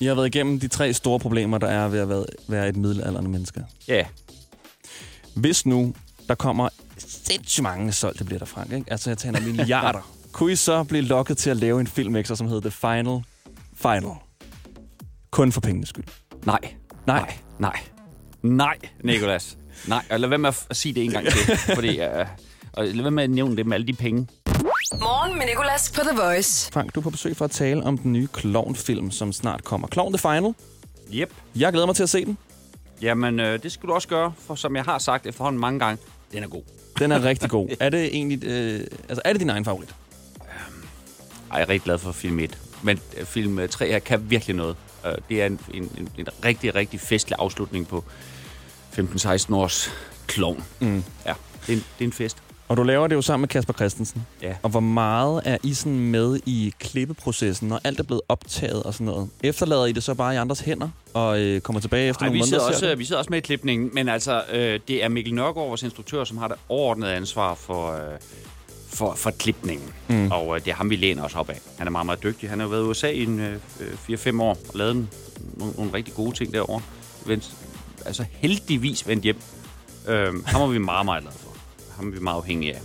I har været igennem de tre store problemer, der er ved at være- være et middelalderende menneske.
Ja, yeah.
Hvis nu der kommer sindssygt mange solgte billetter, Frank, ikke? altså jeg taler
<laughs>
milliarder, kunne I så blive lokket til at lave en film ekstra, som hedder The Final Final? Kun for pengenes skyld.
Nej.
Nej.
Nej. Nej. Nej, Nicolas. Nej, og lad være med at f- at sige det en gang <laughs> til, fordi... Øh, og lad være med at nævne det med alle de penge.
Morgen med Nicolas på The Voice.
Frank, du er på besøg for at tale om den nye klovnfilm, som snart kommer. Clown The Final.
Yep.
Jeg glæder mig til at se den.
Jamen, øh, det skal du også gøre, for som jeg har sagt efterhånden mange gange, den er god.
Den er rigtig
<laughs>
god. Er det egentlig... Øh, altså, er det din egen favorit?
Ej, jeg er rigtig glad for film 1. Men øh, film øh, 3 her kan virkelig noget. Øh, Det er en, en, en, en rigtig, rigtig festlig afslutning på 15-16 års klovn. Mm. Ja, det er, en, det er en fest.
Og du laver det jo sammen med Kasper Christensen.
Ja.
Og hvor meget er I sådan med i klippeprocessen, når alt er blevet optaget og sådan noget? Efterlader I det så bare i andres hænder og øh, kommer tilbage efter
Ej,
nogle
vi,
måneder?
sidder
og ser
også, øh,
det?
vi sidder også med i klipningen, men altså, øh, det er Mikkel Nørgaard, vores instruktør, som har det overordnede ansvar for, øh, for, for klipningen. Mm. Og øh, det er ham, vi læner os op af. Han er meget, meget dygtig. Han har jo været i USA i en, øh, øh, 4-5 år og lavet en- nogle, nogle rigtig gode ting derovre. Vendt, altså heldigvis vendt hjem. Øh, ham er vi meget, meget glade for. Ham er vi meget afhængige af.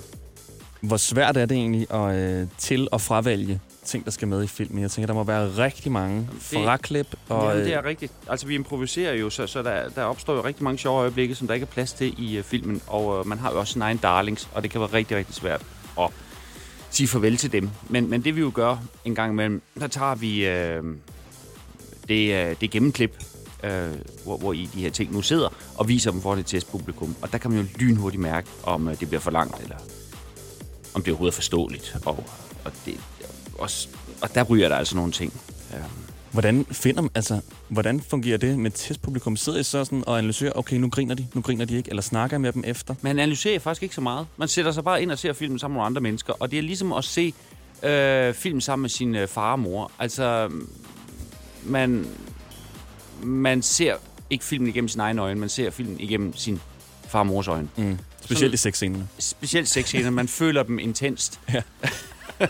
Hvor svært er det egentlig at øh, til- og fravælge ting, der skal med i filmen? Jeg tænker, der må være rigtig mange fraklip. Og,
Og, Jamen,
øh,
det er rigtigt. Altså, vi improviserer jo, så, så der, der opstår jo rigtig mange sjove øjeblikke, som der ikke er plads til i uh, filmen. Og uh, man har jo også sin egen darlings, og det kan være rigtig, rigtig svært at sige farvel til dem. Men, men det vi jo gør en gang imellem, der tager vi øh, det, øh, det gennemklip, øh, hvor, hvor I de her ting nu sidder, og viser dem for det testpublikum. Og der kan man jo lynhurtigt mærke, om øh, det bliver for langt, eller om det overhovedet er forståeligt. Og, og, det, også, og der ryger der altså nogle ting. Øh,
Hvordan finder man, altså, hvordan fungerer det med testpublikum? Sidder I så sådan og analyserer, okay, nu griner de, nu griner de ikke, eller snakker I med dem efter?
Man analyserer faktisk ikke så meget. Man sætter sig bare ind og ser filmen sammen med nogle andre mennesker. Og det er ligesom at se øh, film sammen med sin øh, far og mor. Altså, man, man ser ikke filmen igennem sin egen øjne. Man ser filmen igennem sin far og mors øjne. Mm.
Specielt
Sådan-
i sexscenerne.
Specielt sexscener. Man føler dem intenst. Ja. <laughs>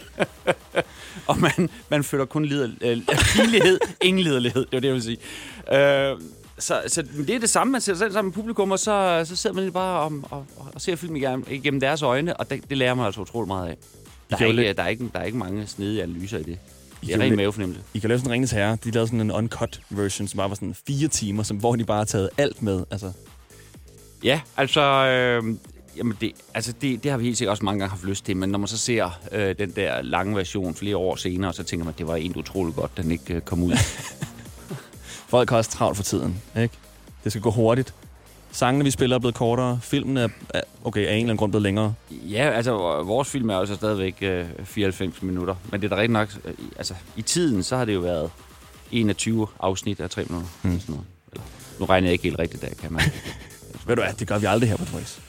og man, man føler kun lider, øh, lidelighed, ingen liderlighed. Det var det, jeg ville sige. Øh, så, så det er det samme. Man sidder selv sammen med publikum, og så, så sidder man lidt bare om, og, og ser filmen igennem, igennem deres øjne, og det, det lærer man altså utrolig meget af. Der
kan
er,
jo
ikke,
lidt-
der, er ikke, der er ikke mange snedige analyser i det.
kan
Det er
jo
ren
lidt-
mavefornemmelse.
I kan lave sådan en Ringens Herre. De lavede sådan en uncut version, som bare var sådan fire timer, som, hvor de bare har taget alt med. Altså,
Ja, altså... Øh, jamen, det, altså det, det har vi helt sikkert også mange gange haft lyst til, men når man så ser øh, den der lange version flere år senere, så tænker man, det var egentlig utroligt godt, den ikke øh, <laughs> kom ud.
folk har også travlt for tiden, ikke? Det skal gå hurtigt. Sangene, vi spiller, er blevet kortere. Filmen er, er- okay, af en eller anden grund blevet længere.
ja, altså vores film er også stadigvæk øh, 94 minutter, men det er da rigtig nok... Øh, i- altså, i tiden, så har det jo været 21 afsnit af 3 minutter. Mm. Sådan noget. Eller, nu regner jeg ikke helt rigtigt, der kan man.
Ved du hvad, det gør vi aldrig her på The Voice.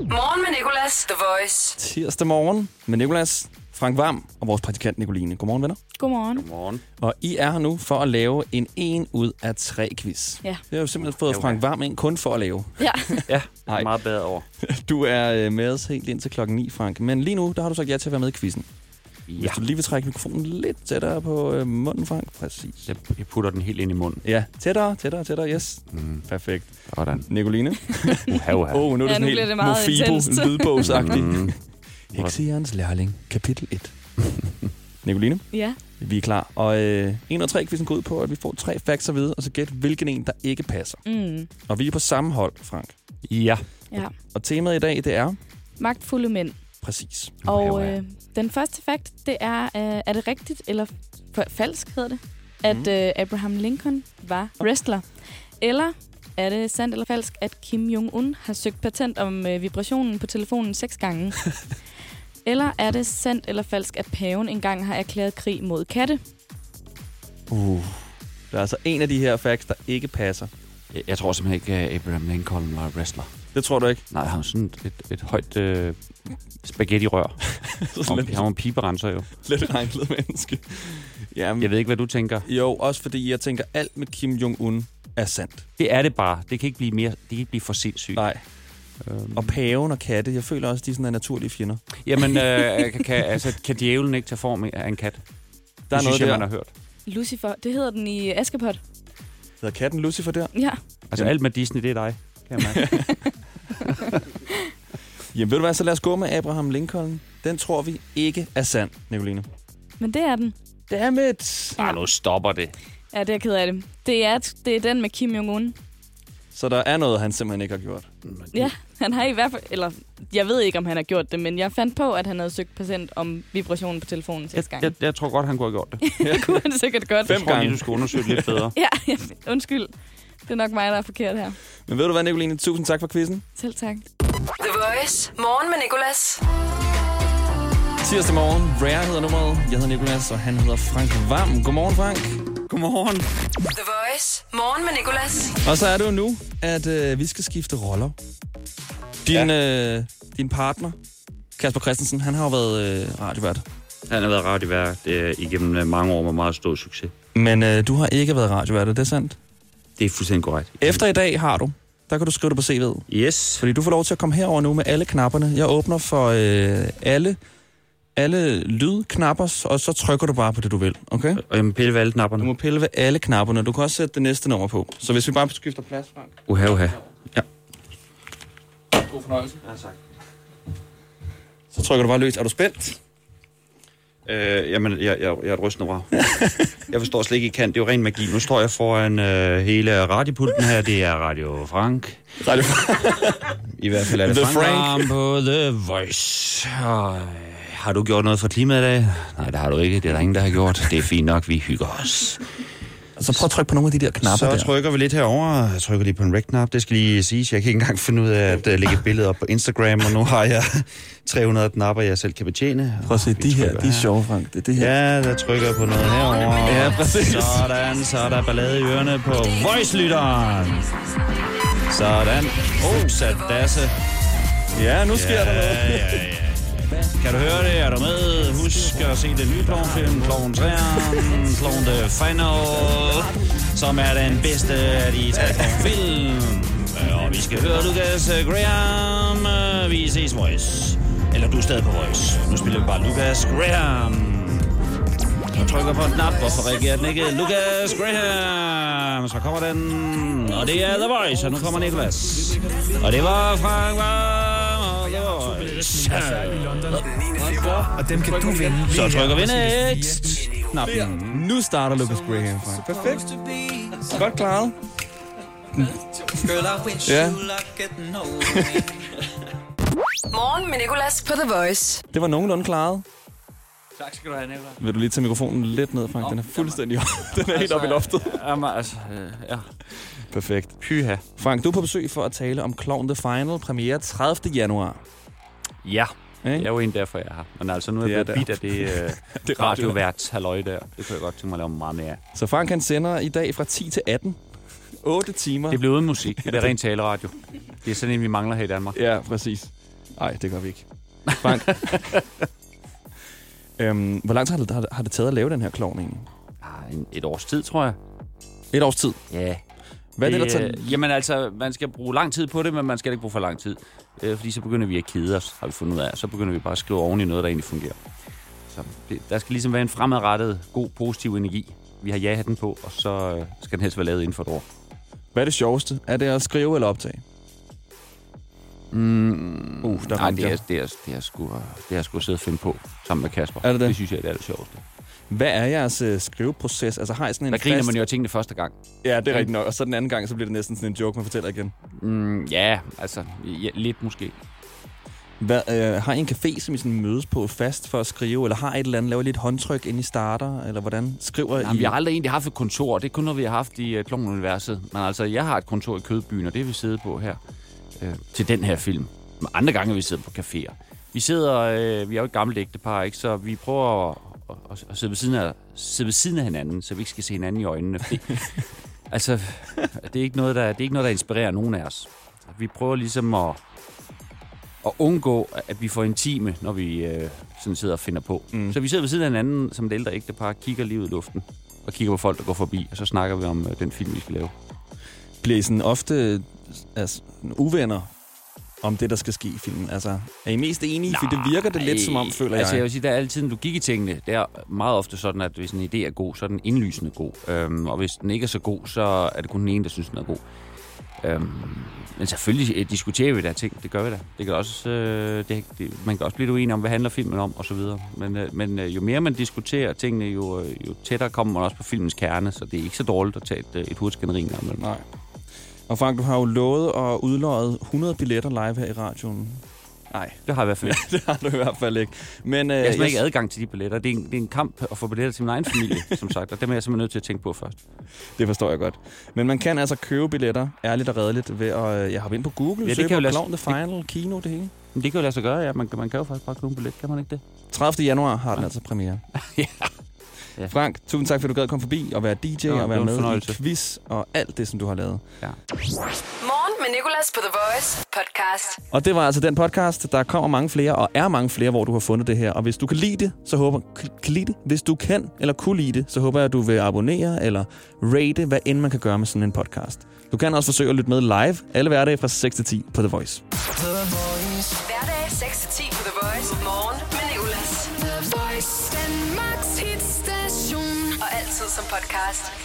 Morgen med Nicolas, The Voice.
Tirsdag morgen med Nicolas, Frank Varm og vores praktikant Nicoline. Godmorgen, venner.
Godmorgen.
<laughs> Godmorgen.
Og I er her nu for at lave en 1 ud af 3 quiz.
Ja.
Det har jo simpelthen fået
Okay.
Frank Varm ind kun for at lave.
<laughs>
Ja.
Ja,
Ej.
meget bedre år.
Du er øh, med os helt indtil klokken 9, Frank. Men lige nu, der har du sagt ja til at være med i quizzen. Ja. Hvis du lige vil trække mikrofonen lidt tættere på øh, munden, Frank. Præcis.
Jeg, jeg putter den helt ind i munden.
Ja, tættere, tættere, tættere, yes. Mm. Perfekt.
Sådan.
Nicoline?
Uha, <laughs> uha.
Åh, oh, nu er
Ja,
det
nu bliver
sådan
det meget
helt
intenst.
mofibo-lydbogsagtigt. Mm.
Mm.
Heksejærens lærling, kapitel <laughs> 1. Nicoline,
ja.
vi er klar. Og øh, 1 og 3 quizzen går ud på, at vi får tre facts at vide, og så gæt, hvilken en, der ikke passer.
Mm.
Og vi er på samme hold, Frank.
Ja.
ja.
Og temaet i dag, det er
Magtfulde mænd.
præcis.
Og
Uha, uha.
øh, den første fakt, det er, øh, er det rigtigt eller f- falsk hedder det, at
Mm.
mm. øh, Abraham Lincoln var wrestler? Eller er det sandt eller falsk, at Kim Jong-un har søgt patent om øh, vibrationen på telefonen seks gange? eller er det sandt eller falsk, at paven engang har erklæret krig mod katte?
Uh. Der er altså en af de her facts, der ikke passer.
Jeg, jeg tror simpelthen ikke, at Abraham Lincoln var wrestler.
Det tror du ikke?
Nej, han har sådan et, et højt øh, <laughs> spaghetti-rør.
Sådan
Han
<laughs> lidt,
var en piberenser jo.
lidt anklet menneske. Jamen,
Jeg ved ikke, hvad du tænker.
jo, også fordi jeg tænker, alt med Kim Jong-un er sandt.
Det er det bare. Det kan ikke blive, mere, det kan ikke blive for sindssygt.
Nej.
Øhm,
Og paven og katte, jeg føler også, de er sådan er naturlige fjender.
jamen, øh, kan, kan, altså, kan djævlen ikke tage form af en kat? Der det
Der er
synes
noget
jeg,
der.
man har hørt.
Lucifer, det hedder den i Askepot.
Hedder katten Lucifer der?
Ja.
Altså,
Jamen.
alt med Disney, det er dig. Kan <laughs> jeg mærke.
Jamen ved du hvad, så lad os gå med Abraham Lincoln. Den tror vi ikke er sand, Nicoline.
Men det er den.
Dammit!
Arh, nu stopper det.
Ja, det er jeg ked af det. Det er, det er den med Kim Jong-un.
Så der er noget, han simpelthen ikke har gjort.
Ja, han har i hvert fald... Eller, jeg ved ikke, om han har gjort det, men jeg fandt på, at han havde søgt patient om vibrationen på telefonen seks
Jeg,
gange.
jeg, jeg tror godt, han kunne have gjort det.
Det kunne han sikkert godt.
Fem
Jeg tror lige,
gange.
du skal undersøge det lidt bedre.
Ja, ja, undskyld. Det er nok mig, der er forkert her.
Men ved du hvad, Nicoline? Tusind tak for quizzen.
Selv tak.
The Voice. Morgen med Nicolas.
Tirsdag morgen. Rare hedder nummeret. Jeg hedder Nicolas, og han hedder Frank Vam. Godmorgen, Frank.
<laughs> Godmorgen.
The Voice. Morgen med Nicolas.
Og så er det jo nu, at øh, vi skal skifte roller. Din, ja. øh, din partner Kasper Christensen, han har jo været øh, radiovært.
Han har været radiovært øh, igennem øh, mange år med meget stor succes.
Men øh, du har ikke været radiovært, er det sandt?
Det er fuldstændig korrekt.
Efter i dag har du. Der kan du skrive det på CV'et.
Yes.
Fordi du får lov til at komme herover nu med alle knapperne. Jeg åbner for øh, alle, alle lydknapper, og så trykker du bare på det, du vil. Okay?
Og jeg må pille ved alle knapperne.
Du må pille ved alle knapperne. Du kan også sætte det næste nummer på. Så hvis vi bare skifter plads, Frank.
Uha, uha. Ja.
God fornøjelse.
Ja, tak.
Så trykker du bare løs. Er du spændt?
Øh, jamen, jeg, jeg, jeg er et
<laughs>
rystende røv. jeg forstår slet ikke, I kan. Det er jo ren magi. Nu står jeg foran øh, hele radiopulten her. Det er Radio Frank.
Radio
I hvert fald er det
The
Frank.
Frank.
på The Voice. Og, øh, har du gjort noget for klimaet i dag? Nej, det har du ikke. Det er der ingen, der har gjort. Det er fint nok. Vi hygger os.
Så Altså, prøv at trykke på nogle af de der knapper
så
der.
trykker vi lidt herover. Jeg trykker lige på en rec-knap. Det skal lige siges. Jeg kan ikke engang finde ud af at uh, lægge et billede op på Instagram, og nu har jeg <laughs> 300 knapper, jeg selv kan betjene.
Prøv at se, de her, de er sjove, Frank. Det er det her.
Ja, der trykker jeg på noget herover.
Ja, præcis.
Sådan, så er der ballade i ørerne på voice-lytteren. Sådan. Oh, sat dasse.
Ja, nu sker
Ja,
der noget.
ja, ja, ja. Kan du høre det? Er du med? Husk at se den nye klovnfilm, Klovn 3, Klovn The Final, som er den bedste af de tre klovnfilm. Og vi skal høre Lucas Graham. Vi ses, Voice. Eller du er stadig på Voice. Nu spiller vi bare Lucas Graham. Jeg trykker på en knap. Hvorfor reagerer den ikke? Lucas Graham. Så kommer den. Og det er The Voice. Og nu kommer Nicolas. Og det var Frank Vam. og The Voice.
Og dem kan du vinde.
Så trykker vi next. Knappen.
Nu starter Lucas Graham, Frank. Perfekt. Godt klaret. Ja.
Morgen med Nicolas på The Voice.
Det var nogenlunde klaret.
Tak skal du have, Nicolaj.
Vil du lige tage mikrofonen lidt ned, Frank? Den er fuldstændig <laughs> Den er helt oppe i loftet.
Jamen, altså, øh, ja.
Perfekt.
Pyha.
Frank, du er på besøg for at tale om Clown The Final, premiere 30. januar.
Ja.
Ikke?
Jeg er jo en derfor, jeg er her. Men altså, nu er
Det er
jeg blevet bidt af det, øh,
Det
det
er radio.
radiovært halløj der. Det kunne jeg godt tænke mig at lave meget mere af.
Så Frank han sender i dag fra 10 til 18. 8 timer.
Det bliver uden musik. Det er rent taleradio. Det er sådan en, vi mangler her i Danmark.
Ja, præcis. Nej, det gør vi ikke.
<laughs>
Frank. øhm, hvor lang tid har det, har, det- har det taget at lave den her klovn egentlig?
Ah, en- Et års tid, tror jeg.
Et års tid.
Ja.
Hvad er det, der tager...
Øh, Jamen altså, man skal bruge lang tid på det, men man skal ikke bruge for lang tid. Øh, fordi så begynder vi at kede os, har vi fundet ud af. Så begynder vi bare at skrive oven i noget, der egentlig fungerer. Så det, der skal ligesom være en fremadrettet, god, positiv energi. Vi har ja-hatten på, og så øh, skal den helst være lavet inden for et år.
Hvad er det sjoveste? Er det at skrive eller optage?
Mm,
Uh, der
nej,
ramte
det er,
jeg.
det, er, det, er sgu, øh, det er sgu sidde og finde på sammen med Kasper.
Er det det?
det synes jeg, det er det sjoveste.
Hvad er jeres øh, skriveproces? Altså har I sådan en
Der griner
fast...
man jo af tingene første gang.
Ja, det er rigtigt nok. Og så den anden gang, så bliver det næsten sådan en joke, man fortæller igen.
Mm, ja, altså, ja, lidt måske.
Hvad, øh, har I en café, som I sådan mødes på fast for at skrive? Eller har I et eller andet, laver I lidt håndtryk, inden I starter? Eller hvordan skriver
Jamen,
I?
vi har aldrig egentlig haft et kontor. Det er kun noget, vi har haft i uh, Klovnuniverset. Men altså, jeg har et kontor i Kødbyen, og det har vi siddet på her. Øh, til den her film. Men andre gange har vi siddet på caféer. Vi sidder, øh, vi er jo et gammelt ægtepar, ikke? så vi prøver at, at, at sidde, ved siden af, sidde ved siden af hinanden, så vi ikke skal se hinanden i øjnene. Fordi, altså, det er, ikke noget, der, det er ikke noget, der inspirerer nogen af os. Vi prøver ligesom at, at undgå, at vi får intime, når vi øh, sådan sidder og finder på.
Mm.
Mm. Så vi sidder ved siden af hinanden som et ældre ægtepar, kigger lige ud i luften og kigger på folk, der går forbi, og så snakker vi om øh, den film, vi skal lave.
Bliver I sådan ofte øh, altså, sådan uvenner om det, der skal ske i filmen? Altså, er I mest enige? For det virker det lidt som om, føler
altså, jeg
jeg.
vil sige, der er altid en logik i tingene. Det er meget ofte sådan, at hvis en idé er god, så er den indlysende god. Øhm, og hvis den ikke er så god, så er det kun den ene, der synes, den er god. Øhm, men selvfølgelig øh, diskuterer vi der ting. Det gør vi da. Det kan også, øh, det, det, man kan også blive lidt uenig om, hvad handler filmen om, og så videre. Men, øh, men øh, jo mere man diskuterer tingene, jo, øh, jo tættere kommer man også på filmens kerne, så det er ikke så dårligt at tage et, øh, et hurtigt skænderi engang imellem.
Nej. Og Frank, du har jo lovet og udløjet 100 billetter live her i radioen. <laughs> Nej,
Det har jeg i hvert fald ikke.
det har du i hvert fald ikke. Men, øh,
Jeg har simpelthen ikke adgang til de billetter. Det er, en, det er en kamp at få billetter til min egen familie, som sagt. Og dem er jeg simpelthen nødt til at tænke på først.
Det forstår jeg godt. Men man kan altså købe billetter, ærligt og redeligt, ved at øh, jeg hoppe ind på Google, ja,
det
søge
kan jo
på
lade sig-
Clown The Final, Kino, det hele.
Men det kan jo lade sig gøre, ja. Man, kan- man kan jo faktisk bare købe en billet, kan man ikke det?
30. januar har den altså premiere.
<laughs> Ja.
ja.
Ja.
Frank, tusind tak, fordi du gad komme forbi og være DJ
det
og
var
være
en
med i
fornøjelse.
quiz og alt det, som du har lavet.
Morgen med Nicolas på The Voice podcast.
Og det var altså den podcast. Der kommer mange flere, og er mange flere, hvor du har fundet det her. Og hvis du kan lide det, så håber kan lide det. Hvis du kan eller kunne lide det, så håber jeg, at du vil abonnere eller rate, hvad end man kan gøre med sådan en podcast. Du kan også forsøge at lytte med live alle hverdage fra 6 til 10 på The Voice.
The Voice. Hverdag 6-10 på The Voice. Morgen med Nicolas. The Voice. Danmarks hitstation. Og altid som podcast.